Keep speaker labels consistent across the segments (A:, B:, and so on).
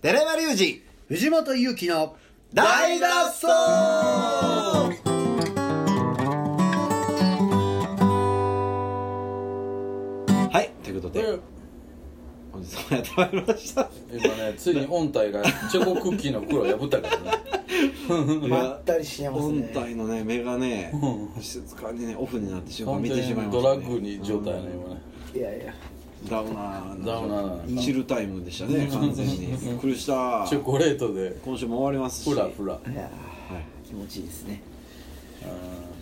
A: 寺山隆二
B: 藤本勇樹の
A: 大脱走はいということで、本日もやってまいりました
C: 今ねついに本体がチョコクッキーの黒を破ったからね
B: まったりしてますね
A: 本体のね目がね
C: う
A: 静かにねオフになって瞬間
C: 本
A: 見
C: 当
A: てしまい
C: に
A: ま
C: ド
A: した、
C: ラ
A: ね、
C: ッグに状態やね今ね
B: いやいや
A: ダウナーな
C: ダウナーな
A: チルタイムでしたね完全にびっくりした
C: チョコレートで
A: 今週も終わりますし
C: フラフラ
B: いや
A: はい
B: 気持ちいいですね、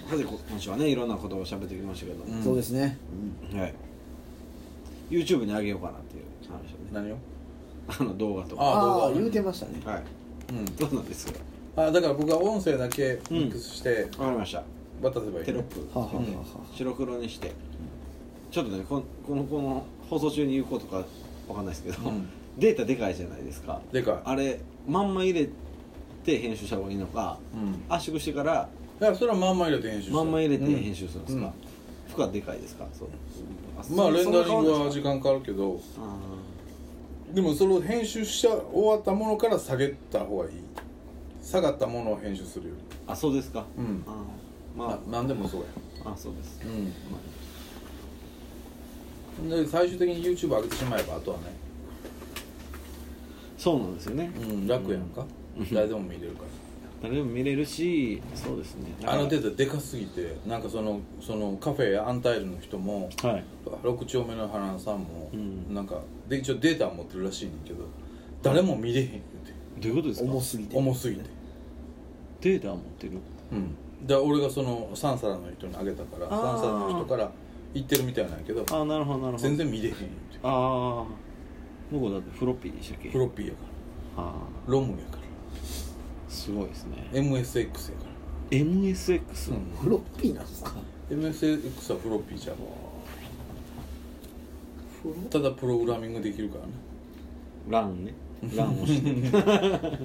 A: さてこ今週はねいろんなことを喋ってきましたけど、
C: うん
B: そうですね
A: はい YouTube にあげようかなっていう話をね
C: 何を
A: あの動画とか
C: あ
B: あ
C: 動
B: あ
C: 画
B: 言うてましたね
A: はい
C: うん
A: どうなんですか
C: あだから僕は音声だけミックスして
A: わかりました
C: 渡せばいい
A: テロッ
C: ね
A: プ
B: はあ、はあはあは
A: 白黒にしてちょっとねこのこのこの放送中に言うことかわかんないですけど、
C: うん
A: データでかいじゃないですか
C: でかい
A: あれまんま入れて編集した方がいいのか
C: うん
A: 圧縮してから
C: だからそれはまんま入れて編集して
A: まんま入れて編集するんですか、
C: うん
A: 服はでかいですかそう
C: まあレンダリングは
A: あそ
C: 時間かかるけど
A: そんな変わんないですか
C: でもそれを編集した終わったものから下げた方がいい下がったものを編集するより
A: あーあそうですか
C: うん
A: あー
C: まあ
A: ま
C: 何でもそうや
A: ああそうです、
C: うん
A: ま
C: で最終的に YouTube 上げてしまえばあとはね、
A: あそうなんですよね、
C: うん、楽やんか、誰でも見れるか
A: 誰でも見れるしそうですね
C: らあの程
A: 度
C: 度でかすぎてなんかそのそのカフェやアンタイルの人も
A: はい
C: 六丁目の花さんも、
A: うん
C: なんかで一応データは持ってるらしいねんけど誰も見れへんって
A: どういうことです
B: あ
A: か
B: 重すぎて
C: 重すぎて
A: データ持ってる
C: うんで俺がそのサンサラの人にあげたから
A: あー
C: サンサラの人から言ってるみたいなんやけど
A: あなるほどなるほど
C: 全然見れへんって
A: ああ向こうだってフロッピーでしたっけ
C: フロッピーやか
A: あ
C: らロムやか
A: ーすごいですね
C: ら MSX やか
A: MSX、
C: ら、
B: フロッピーなんですか
C: MSX はフロッピーじゃんただプログラミングできるからね
A: ラン ねランをして
B: フロッ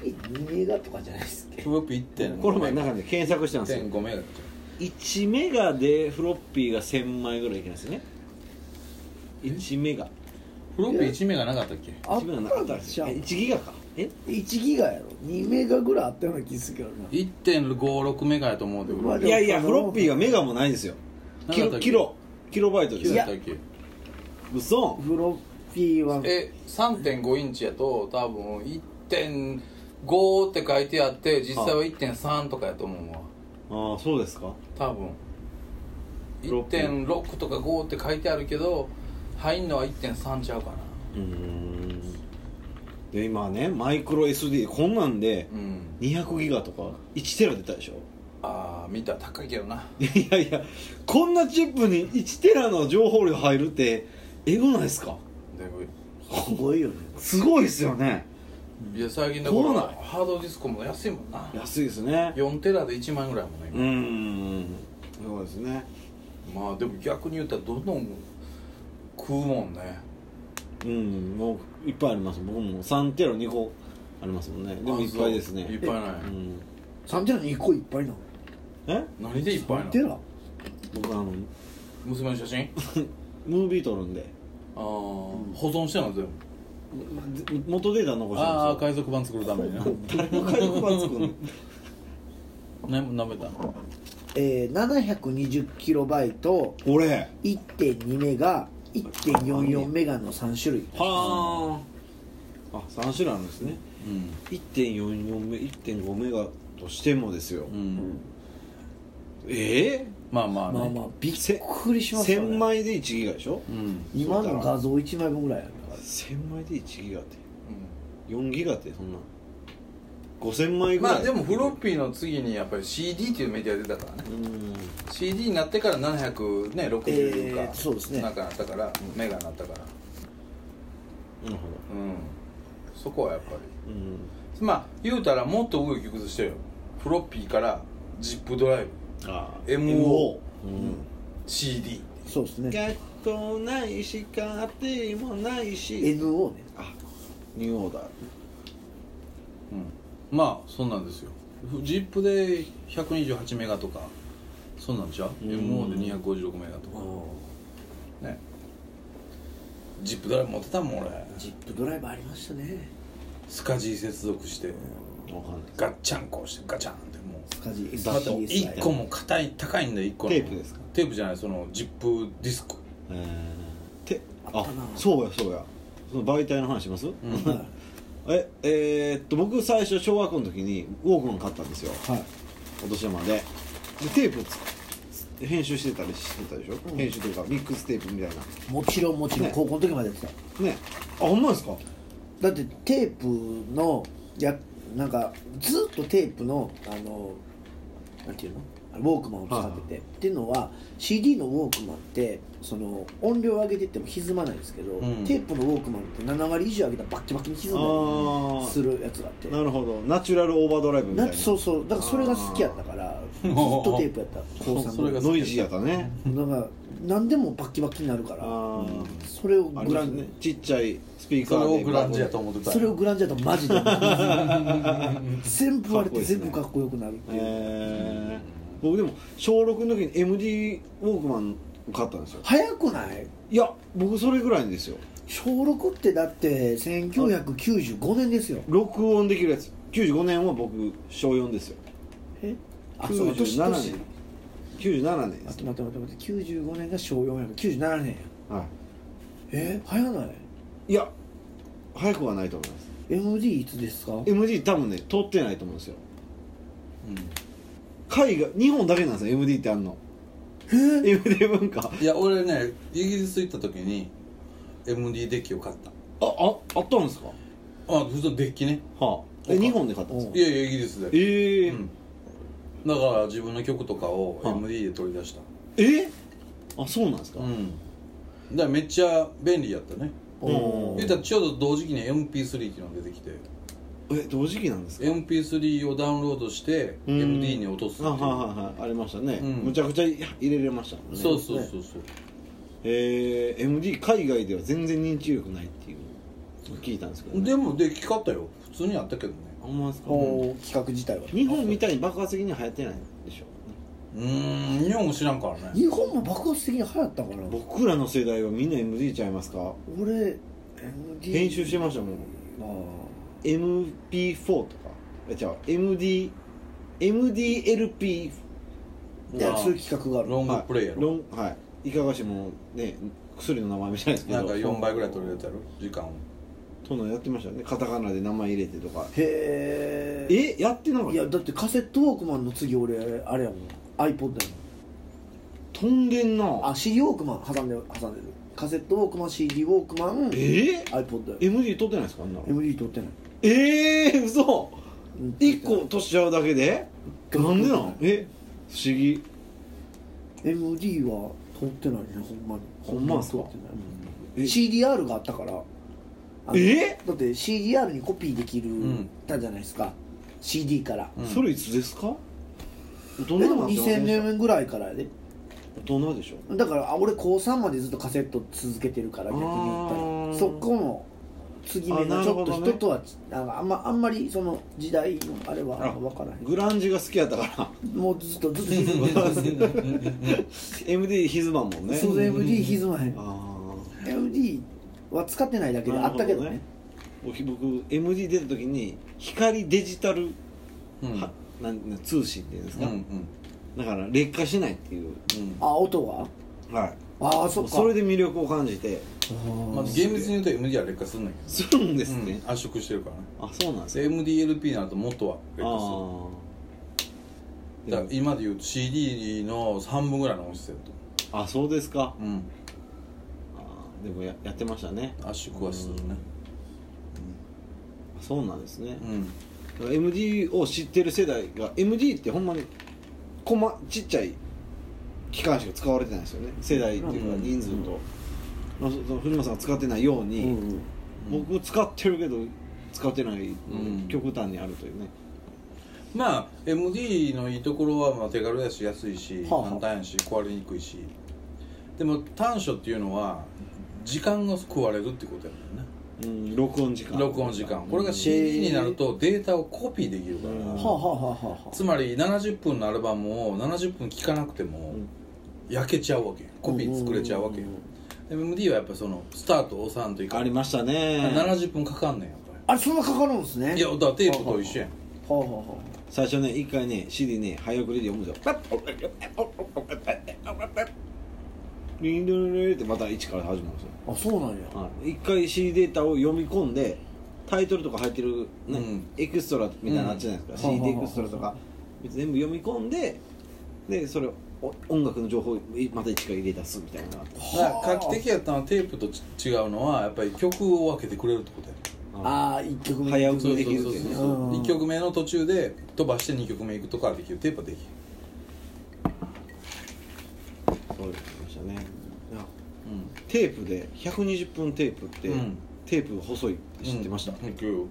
B: ピー2メガとかじゃないですっけ
C: フロッピー1.5
A: この前なんかね検索したんですよ
C: 1.5メガ
A: 1メガでフロッピーが1000枚ぐらいいけないですよね1メガ
C: フロッピー1メガなかったっけ
B: あっ
A: 1メガなか
B: た
A: った
B: ん
A: です
B: ちゃ
A: よ
B: う
A: え1ギガかえ
B: 1ギガやろ2メガぐらいあったような気するけどな
C: 1.56メガやと思うで
B: うわ
A: いやいやフロッピーがメガもないんですよキ
C: なん
A: ロ
C: だったっけ
A: キロキロバイトです
C: 9
A: よ
C: やったっけ
A: 嘘
B: フロッピーは
C: え3.5インチやと多分1.5って書いてあって実際は1.3とかやと思うわ
A: ああそうですか
C: 多分
A: フロッピー
C: 1.6とか5って書いてあるけど入んのは1.3ちゃうかな
A: うーんで今ねマイクロ SD こんなんで
C: うん
A: 200ギガとか1テラ出たでしょ
C: ああ見た高いけどない
A: やいやこんなチップに1テラの情報量入るってエグないですか
C: だいぶ
B: すごいよね
A: すごいですよね
C: いや最近だか
A: そうな
C: ら
A: の
C: ハードディスクも安いもんな
A: 安いですね
C: 4テラで1万円ぐらいやもんね
A: うーんそうですね
C: 今まあでも逆に言ったらどんどん食うもんね
A: うんもういっぱいあります僕も3テラ2個ありますもんねでもいっぱいですね、
C: いっぱいないう
A: ん
B: 3テラ2個いっぱいなの
A: え
C: 何でいっぱい
B: 3
C: な
B: テ
C: の
B: ラ
A: 僕あの
C: 娘の写真
A: ムービー撮るんで
C: ああ保存してんの全部
A: で元データ残して
C: ああ
A: ま
C: 海賊版作るためにね
A: すよ誰も解読版作んの
C: 何も舐めた
B: えー、720キロバイト
A: 俺
B: 1.2メガ1.44メガの3種類
A: はああ3種類あるんですね
C: うん
A: 1.44メ1.5メガとしてもですよ、
C: うん
A: ええ
C: まあまあね
B: まあまあびっくりしますよ
A: 1000
B: ね
A: 枚で1ギガでしょ
C: うん、うん
B: 今の画像1枚分ぐらいや
A: 1000枚で1ギガって4ギガってそんな5000枚ぐらい
C: まあでもフロッピーの次にやっぱり CD っていうメディア出たからね
A: うん
C: CD になってから760か、
B: えーそうですね
C: なんかなったから、メガになったから
A: なるほど
C: うんそこはやっぱ
A: うん
C: りまあ言うたらもっと上気崩してよフロッピーからジップドライブ
A: あ
C: MO
A: うん
C: CD
B: そうですね
A: 学校ないし家庭もないし
B: NO ね
A: あニューオーダー
C: うんまあそんなんですよジップで128メガとかそんなんちゃう
A: うん
C: MO で256メガとかねジップドライブ持ってたもん俺
B: ジップドライバーありましたね
C: スカジー接続して
A: わかんない
C: ガッチャンコしてガチャンってもう
B: スカジ
A: だ
C: あと
B: SCSI
C: 1個も硬い高いんだよ1個の
A: テープですか
C: テープじゃないそのジップディスク
A: えー、て
B: あっ
A: あ
B: たな
A: そうやそうやその媒体の話します、
C: ん
A: ええーっと僕最初小学校の時にウォークマン買ったんですよ
B: はい
A: お年玉ででテープつつ編集してたりしてたでしょ、
B: うん
A: 編集というかミックステープみたいな
B: もちろんもちろん
A: ね
B: 高校の時までやってた
A: ねあほんまですか
B: だってテープのやなんかずっとテープのあのなんていうのウォークマンを使ってて、っていうのは CD のウォークマンってその音量上げてっても歪まないですけど、
C: うん
B: テープのウォークマンって7割以上上げたらバッキバキに歪
A: あ
B: んだりす
A: ー
B: るやつがあって
A: なるほどナチュラルオーバードライブみたい
B: な
A: な
B: そうそうだからそれが好きやったからず
C: ー
B: っとテープやった高
C: それ
B: 3
C: が
A: ノイジーやったね
B: のなんか何でもバッキバキになるから、
A: あー
B: うんそれを
A: あ
B: グ
A: り
B: ラ
A: ます
B: ン、
A: ねちっちゃいスピー
C: そ
A: カー
C: れ
A: で
C: をグランジやと思ってた
B: それをグランジャーとマジで全部割れて全部か
A: か
B: っこよくなるっていう、
A: えー、僕でも小6の時に MD ウォークマンを買ったんですよ
B: 早くない
A: いや僕それぐらいですよ
B: 小6ってだって1995年ですよ
A: 録音できるやつ95年は僕小4ですよ
B: えあそう年
A: 97
B: 年
A: 年97年で
B: 待っ
A: す
B: て待って待って待って95年が小4やから97年や
A: は
B: え早ない
A: いいや早くはないと思います
B: MD いつですか
A: MD 多分ね通ってないと思うんですよ海外日本だけなんですよ MD ってあんの
B: え
A: MD 文化あ
C: うんいや俺ねイギリス行った時に MD デッキを買った
A: ああったんですか
C: あ普通のデッキね
A: はあえ日本で買ったんですか
C: いやいやイギリスで
A: ええ
C: うんだから自分の曲とかを
A: はい
C: MD で取り出した
A: えあそうなんですか、
C: うんだからめっちゃ便利やったね
A: うん
B: お
C: 言うたらちょうど同時期に MP3 っていうのが出てきて
A: え同時期なんですか
C: MP3 をダウンロードして
A: うん
C: MD に落とすってい
A: あはいうはいはいありましたね、
C: うん
A: むちゃくちゃ入れれましたもんね
C: そうそうそうそう
A: えー、MD 海外では全然認知力ないっていうのを聞いたんですけど、ね、
C: でもできかったよ普通にあったけどね
A: あんまですか
B: お企画自体は
A: 日本みたいに爆発的には流行ってないでしょ
C: うーん日本も知らんからね
B: 日本も爆発的に流行ったから
A: 僕らの世代はみんな MD ちゃいますか
B: 俺 MD
A: 編集してましたもん
B: あー
A: MP4 とかえ違う MD MDLP
B: で
C: まあ
B: そういう企画がある
C: ロングプレイや
A: ロ
C: ろ
A: ンはいいかがしもね薬の名前みたいですけど
C: なんか4倍ぐらい取れるやつやろ時間を
A: そんなんやってましたよねカタカナで名前入れてとか
B: へえ
A: えやってなかっ
B: いや
A: た
B: だってカセットウォークマンの次俺あれやもん iPod やもん
A: 飛んでんな
B: あ CD ウォークマン挟んでる挟んでるカセットウォークマン CD ウォークマン
A: えー、
B: iPod や
A: MD 取ってないですかあんなの
B: MD 取ってない
A: ええー、嘘
B: うん
A: 一個取っちゃうだけでなんでなんえ不思議
B: MD は取ってないねほんまに
A: ほんまっすか
B: 取ってない
A: え
B: CDR があったからあの
A: え
B: だって CDR にコピーできる
C: ん
B: たじゃないですか CD から
C: うん
A: それいつですか大人
B: で
A: なんて
B: も
A: ません
B: 2000
A: でした
B: 年ぐらいからやで
A: 大人でしょ
B: だからあ俺高3までずっとカセット続けてるから逆に言った
A: あー
B: らそこの継ぎ目
A: あ
B: の
A: な
B: ち
A: る
B: ょ
A: ほ
B: っ
A: どね
B: と人とはちあのあんまあんまりその時代のあれは分からへん
A: グランジが好きやったから
B: もうずっとずっと歪んでます
A: MD ひずまんもんね
B: そう MD 歪まへん
A: あ
B: MD は使ってないだけで
A: あ
B: あったけどね
A: 僕僕 MD 出た時に光デジタル、
C: うんうん
A: はなんなん通信っていうんです
C: う
A: か、
C: ん
A: だから劣化しないっていう、
C: うん
B: あ音は
A: はい、
B: ああそっか
A: それで魅力を感じて
C: まあ厳密に言うと MD は劣化するんだけど
A: するんです
C: う
A: ね
C: ん、圧縮してるからね
A: あそうなんですね
C: で MDLP になると元は劣
A: あ
C: 化す
A: ー
C: るだから今で言うと CD の3分ぐらいの音質やと
A: あそうですか
C: うん
A: あーでもややってましたね
C: 圧縮はするね
A: あそうなんですね
C: う、ん
A: だから MD を知ってる世代が MD ってほんまにこまちっちゃい機関しか使われてないですよね世代っていうか
C: うん
A: 人数と、まあ、そその藤本さんが使ってないよう
B: う
A: に、
B: ん
A: 僕使ってるけど使ってないの
C: うん
A: で極端にあるというね、
C: まあ MD のいいところはまあ手軽やし安いし
B: はあはあ
C: 簡単やし壊れにくいしでも短所っていうのは時間が食われるってことやもんね
A: うん、録音時間
C: 録音時間これが
A: うん
C: CD になるとデータをコピーできるか
A: うん
C: ら
B: はあはあはあはあ
C: つまり70分のアルバムを70分聴かなくても
A: うん
C: 焼けちゃうわけコピー作れちゃうわけ
B: んんん
C: MD はやっぱそのスタートを押さんといか
A: あ
C: ん
A: りましたね
C: 70分かかんねんやっぱ
B: あれそんなかかるんですね
C: りいやだからテープと一緒やん
B: ほうほうほ
A: 最初ね一回ね CD ね早送りで読むぞパッ リンドルルルってまた一から始まるんですよ
B: うあそうなんや
A: はい一回 CD データを読み込んでタイトルとか入ってる、ね
C: うん
A: エクストラみたいなのあっちじゃないですか、
B: うん
A: CD エ
B: はあはあはあ
A: クストラとか全部読み込んででそれをお音楽の情報をまた一から入れ出すみたいな
C: だから画期的やったのはテープとち違うのはやっぱり曲を分けてくれるってことや
B: ああ一曲目
A: 早送
C: そう
A: り
C: そ
A: で
C: う
A: きるって
C: そう
A: い
C: そうう
A: ね
B: うん
C: 1曲目の途中で飛ばして2曲目いくとかはできるテープはできる
A: そうですましたねいや
C: うん
A: テープで120分テープって、
C: うん
A: テープ細いって知ってました、
C: うんうん
A: なん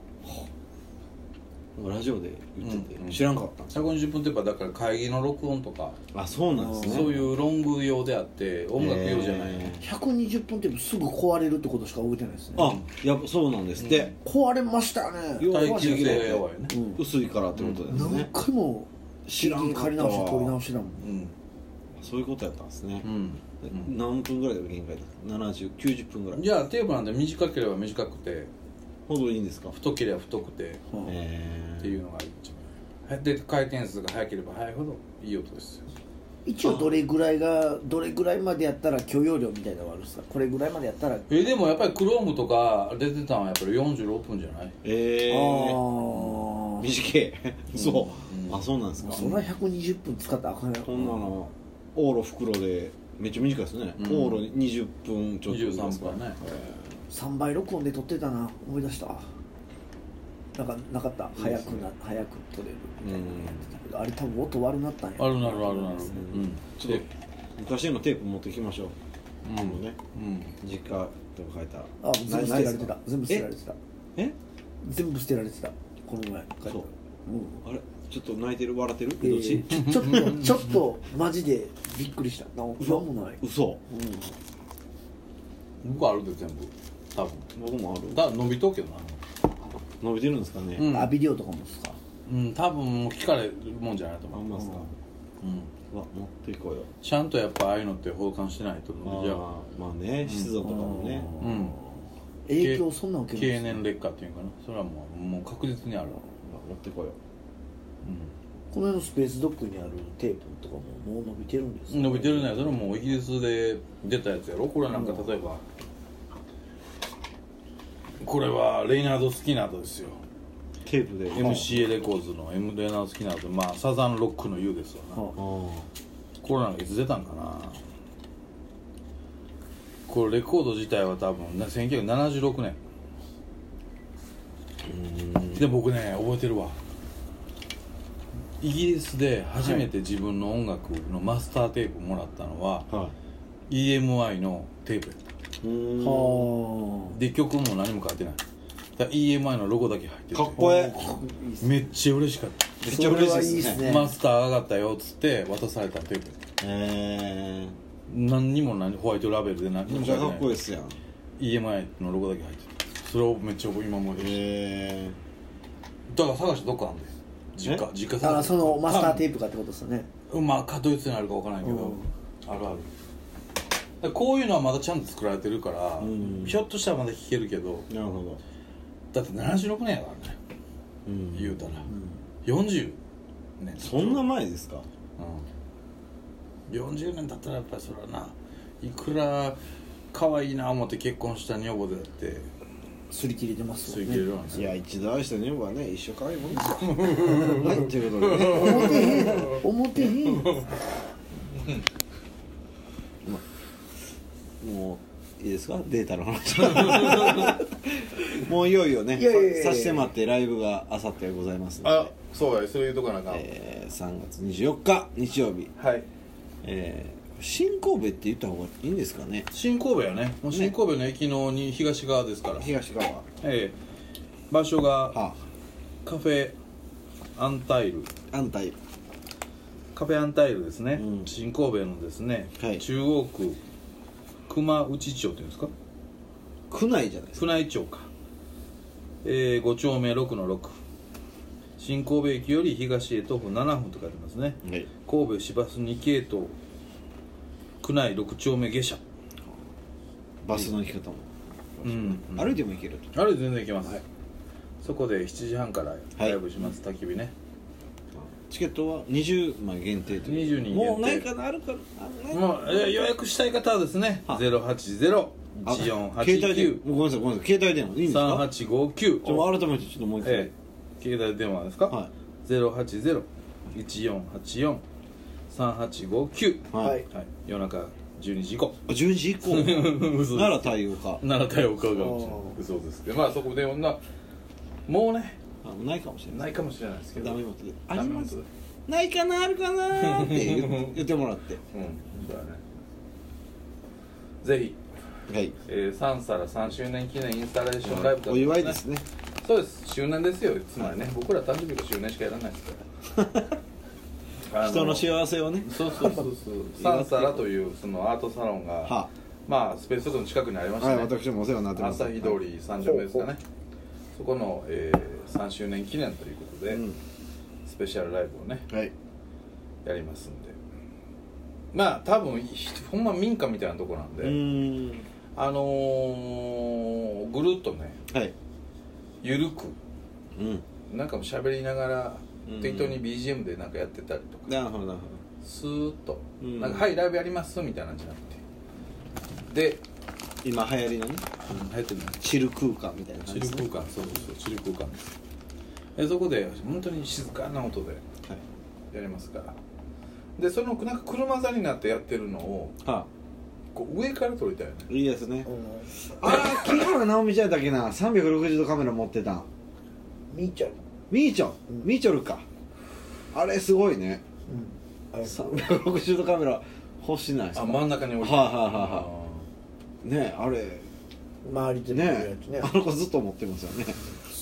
A: かラジオで言ってて、
C: うん
A: 知らんかったんですよ
C: 150分テープはだから会議の録音とか
A: あそうなんですね
C: そういうロング用であって音楽用じゃない
A: へー
B: 120分テープすぐ壊れるってことしか覚えてないですね
A: あやっぱそうなんですって、
B: 壊れましたね
A: よ
C: 耐久性が弱いよね
B: うん
A: 薄いからってことですね、
B: 何回も
A: 知らんかったわ
B: 借り直して取り直してたもん
C: うん
A: そういうことやったんですね
C: う、んうん
A: 何分ぐらいで限界ですか7090分ぐらい
C: じゃあテープなんて短ければ短くて
A: ほどいいんですか
C: 太ければ太くて
B: うん
A: え
C: っていうのが一番で回転数が速ければ速いほどいい音ですよ
B: 一応どれぐらいがどれぐらいまでやったら許容量みたいなのがあるんですかこれぐらいまでやったらあ
C: えでもやっぱりクロームとか出てたのはやっぱり46分じゃない
A: えー、
B: あ
A: 短いそう、
C: うん
A: あそうなんですか
B: そりゃ120分使ったらあかんや
A: こんなの往路袋でめっちゃ短いですね、
C: うん
A: 往路20分ちょっとぐらいです
C: 23
A: か
C: 分はね
B: 3倍録音で撮ってたな思い出したなんかなかった
A: いいで
B: 早
A: す
B: く
A: ね
B: な早く撮れるみたいなのやってたけどあれ多分音悪なったんや
C: あるなるあるなるうん
A: ちょっと昔のテープ持ってきましょう、
C: うん
A: あのね
C: うん
A: 実家とか書いたら
B: あ全部捨
A: な
B: て
A: いで
B: られ
A: す
B: て
A: か
B: た全部捨てられてた
A: ええ
B: 全部捨てられてたこの前帰った
A: そう
B: うん
A: あれちょっと泣いてる笑ってる、
B: え
A: どっち
B: ーちょちょっとちょっとマジでびっくりしたななんもない、
A: 嘘
B: う
C: 僕あるで全部多分
A: 僕もある
C: だから伸びとうけどな
A: 伸びてるんですかね、
C: うん
B: ん、アビリオとかもですか
C: うん多分もう聞かれるもんじゃないと
A: あ
C: 思
A: ん
C: う
A: まっすか、
C: う
A: う
C: ん
A: わ持っていこうよ
C: ちゃんとやっぱああいうのって保管してないと
A: あ
C: じゃあ
A: あまあね湿度とかもね、
C: うん
B: 影響そんな受け
C: 経
B: るんです
C: 年
B: ね
C: 劣化っていうかなそれはもうもう確実にあ
A: まあ
C: るわ
A: 持ってこよ
B: この辺のスペースドッグにあるテープとかももう伸びてるんです
C: うん伸びてるねそれはもうイギリスで出たやつやろこれはなんか例えばこれはレイナード・スキナードですよ
A: うテープで
C: MCA レコーズの M レイナード・スキナードまあサザンロックの U ですよな
B: は
A: ああ
C: これなんかいつ出たんかなこれレコード自体は多分な1976年で僕ね覚えてるわイギリスで初めて自分の音楽のマスターテープもらったのは、
A: はい
C: EMI のテープやった
A: うーん
B: は
C: で曲も何も書いてないだから EMI のロゴだけ入ってて
A: かっこえ
B: あいいっすね
C: めっちゃ嬉しかった
A: えめっちゃ嬉しいで
B: それは
A: す
B: いいっす
A: ね
B: ね
C: マスター上がったよっつって渡されたテープ
A: え
C: 何にも何ホワイトラベルで何
A: え
C: に
A: めっ
C: も
A: ち
C: 書い
A: ゃ
C: て
A: か
C: な
A: っ
C: い
A: こいいっすやん
C: EMI のロゴだけ入ってたそれをめっちゃ僕今思い出して
A: え
C: だから探してどっかあんで実家
A: え
C: 実家探
B: だからそのマスターテ
C: ー
B: ープかってことですよね
C: プまあかドイツにあるかわからないけどあるあるだからこういうのはまだちゃんと作られてるから
A: うん
C: ひょっとしたらまだ聴けるけど
A: えなるほど
C: だって76年やからね
A: うん
C: 言うたら40年
A: そんな前ですか
C: うん40年経ったらやっぱりそれはないくら可愛いな思って結婚した女房でだって
B: 擦り切れてます
C: 吸
B: よ
C: い切れ
B: ね
C: るわけ
A: い
C: ね
A: や一度愛した女房はね一生可愛いもんですよはい ということでね
B: 表へん表 へん
A: もういいですかデータの話 もういよいよね
B: いやいやいやいや
A: さ差し迫ってライブがあさってございますので
C: あそうやそれ言うとかなあかん
A: えー3月24日日曜日、
C: はい
A: えー新神戸って言った方がいいんですかね
C: 新神戸やねもう新神戸の駅のに東側ですから、
A: 東側は
C: ええ場所が
A: あ
C: カフェアンタイル
A: 安泰
C: カフェアンタイルですね、
A: うん
C: 新神戸のですね、
A: はい
C: 中央区熊内町っていうんですか
A: 区内じゃないですか
C: 船井町か、えー、5丁目6の6新神戸駅より東へ徒歩7分と書いてますね
A: はい
C: 神戸市バス2系統区内6丁目下車
A: バスの行き方も、
C: うんうん
A: 歩いても行けると
C: あれ全然いけます、
A: はい
C: そこで7時半からライブします、焚き火ね
A: チケットは20枚限定という
C: 20人限定
A: もうないかなあるかなあない
C: もうえー予約したい方はですね
A: はいあ携帯電話
C: 0801489
A: ごめんなさいごめんなさい携帯電話いいんですかちょっ
C: 3859
A: と改めてちょっともう一回、
C: ええ携帯電話ですか、
A: は
C: 08014843859
A: はい、
B: は
C: は
B: い
C: い夜中12時以降
A: あ10時以降
C: 嘘です
A: なら対応か
C: 奈良対岡川口
B: あー
C: 嘘ですけどまあそこで女もうね
A: あないかもしれない
C: ないかもしれないですけど
A: ダメ元であります
C: ダメ
A: ないかなあるかなって言う 言ってもらって
C: 元うんそうだねぜひ、
A: はい
C: えー、3皿3周年記念インスタレーションライブだったん
A: お祝いですね
C: そうです周年ですよつまりね、
A: はい
C: 僕ら誕生日が周年しかやらないです から
A: 人の
C: 合
A: 幸せをね
C: そうそうそう そうサンサラというそのアートサロンが、
A: は
C: まあスペースの近くにありまし
A: は
C: た
A: い
C: ね、
A: 私もお世話になってます
C: 朝日通り30名ですかねそこの、えー、3周年記念ということ
A: は
C: で、
A: い、うん
C: スペシャルライブをね
A: はい
C: やりますんでまあ多分ひほんま民家みたいなとこなんで、
A: うーん
C: あのー、ぐるっとね
A: はい
C: ゆるく
A: うん
C: なんかも喋りながら
A: うん
C: 適当に BGM でなんかやってたりとか
A: なるほどなるほ
C: スーッと「
A: うん
C: なんかはいライブやります」みたいなんじゃなくてで
A: ど今流行りのね
C: 入ってない
A: チル空間みたいな
C: チ
A: 感じ
C: ル
A: です
C: 空
A: ね
C: 間そうそうそうチル空間ですでそこで本当に静かな音でやりますからでそのなんか車座になってやってるのを
A: はい、は
C: こう上から撮りたいよね
A: い、いいですね
B: うん
A: あら木原直美ちゃんだっけな360度カメラ持ってた
B: 見ちゃう
A: みーちょんみーちょるかあれすごいね
B: うんあれ
A: 360度カメラ欲しないです
C: あ
A: か
C: 真ん中に置いて
A: はいはいはいはねえあれ
B: 周り全部見る
A: ね
B: やつ
A: え
B: ね
A: あの子ずっと持ってますよね
B: 好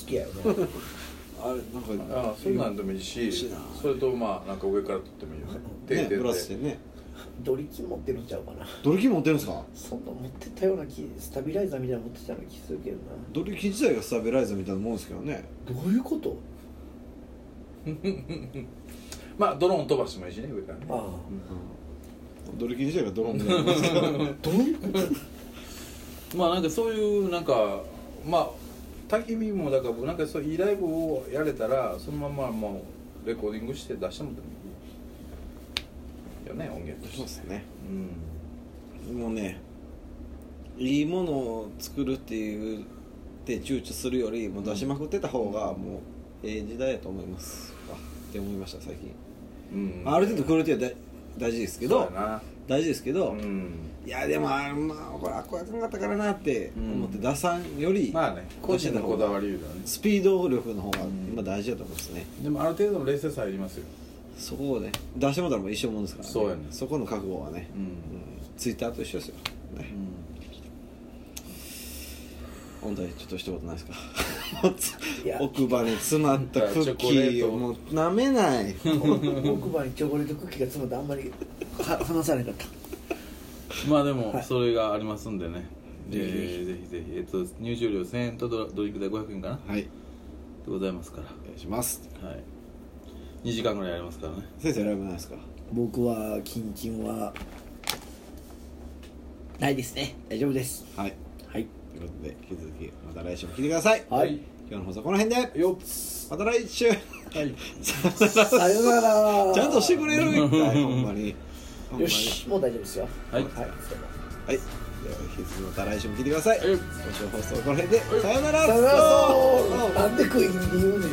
B: きやよね
A: あれなんか
C: ああそんなんでもいいし
A: しな
C: それとまあなんか上から撮ってもいいよね手
A: ね
C: 出て
A: ブラスしてね
B: ドリキン持ってるんちゃうかな
A: ドリキン持ってるんですか
B: そんな持ってたような気スタビライザーみたいなの持ってたような気するけどな
A: ドリキン自体がスタビライザーみたいなもんですけどね
B: どういうこと
C: まあドローン飛ばしてもいいしね上からね
B: ああ
A: ドリキン自体がドローンみたいなもんですけど
B: どういうこと
C: まあなんかそういうなんかまあ焚き火もだからなんかそういいライブをやれたらそのままもうレコーディングして出してもらってもいいよね音源として
A: そうですね
C: うん
A: もうねいいものを作るっていうって躊躇するよりもう出しまくってた方がもうええ時代やと思いますあって思いました最近、
C: うん
A: ある程度クオリティはだ大事ですけ
C: そう
A: ど
C: やな
A: 大事ですけど、
C: うん
A: いやでもあーまあこれあっこやかんかったからなって思って
C: うん
A: 出さんより、
C: まあね個人のこだわりよりはね
A: スピード力の方が
C: うん
A: 今大事だと思うんですね、
C: でもある程度の冷静さはいりますよ
A: そこをね出してもらったらもう一生もんですから、
C: そうやね
A: そこの覚悟はね、
C: う
A: うん
C: ん
A: ツイッターと一緒ですよ、ね本題ちょっと一言ないですか
B: い や
A: 奥歯に詰まったクッキーをもう舐め ない
B: 奥歯にチョコレートクッキーが詰まってあんまりは話されなかった
C: まあでもそれがありますんでね
A: ぜひぜひ
C: えーぜひぜひえっと入場料1000円とドドリンク代500円かなで
A: はい
C: ございますか
A: お
C: ら
A: 願いします
C: はい2時間ぐらいやりますからね
A: 先生ライブないですか
B: 僕はキンキンはないですね大丈夫です
A: はい
B: はい
A: ということで引き続きまた来週も聞いてください、
B: はい
A: 今日の放送はこの辺で
C: よ
A: また来週
C: はい
B: さよな ら
A: ちゃんとしてくれる 一回ほんまにほんまに
B: よしもう大丈夫ですよ
C: はい
B: はいさよなら
A: はいでは引き続きまた来週も聞いてください
C: はい
A: 今週の放送はこの辺でさようなら
B: さよならなんで食いに言うねん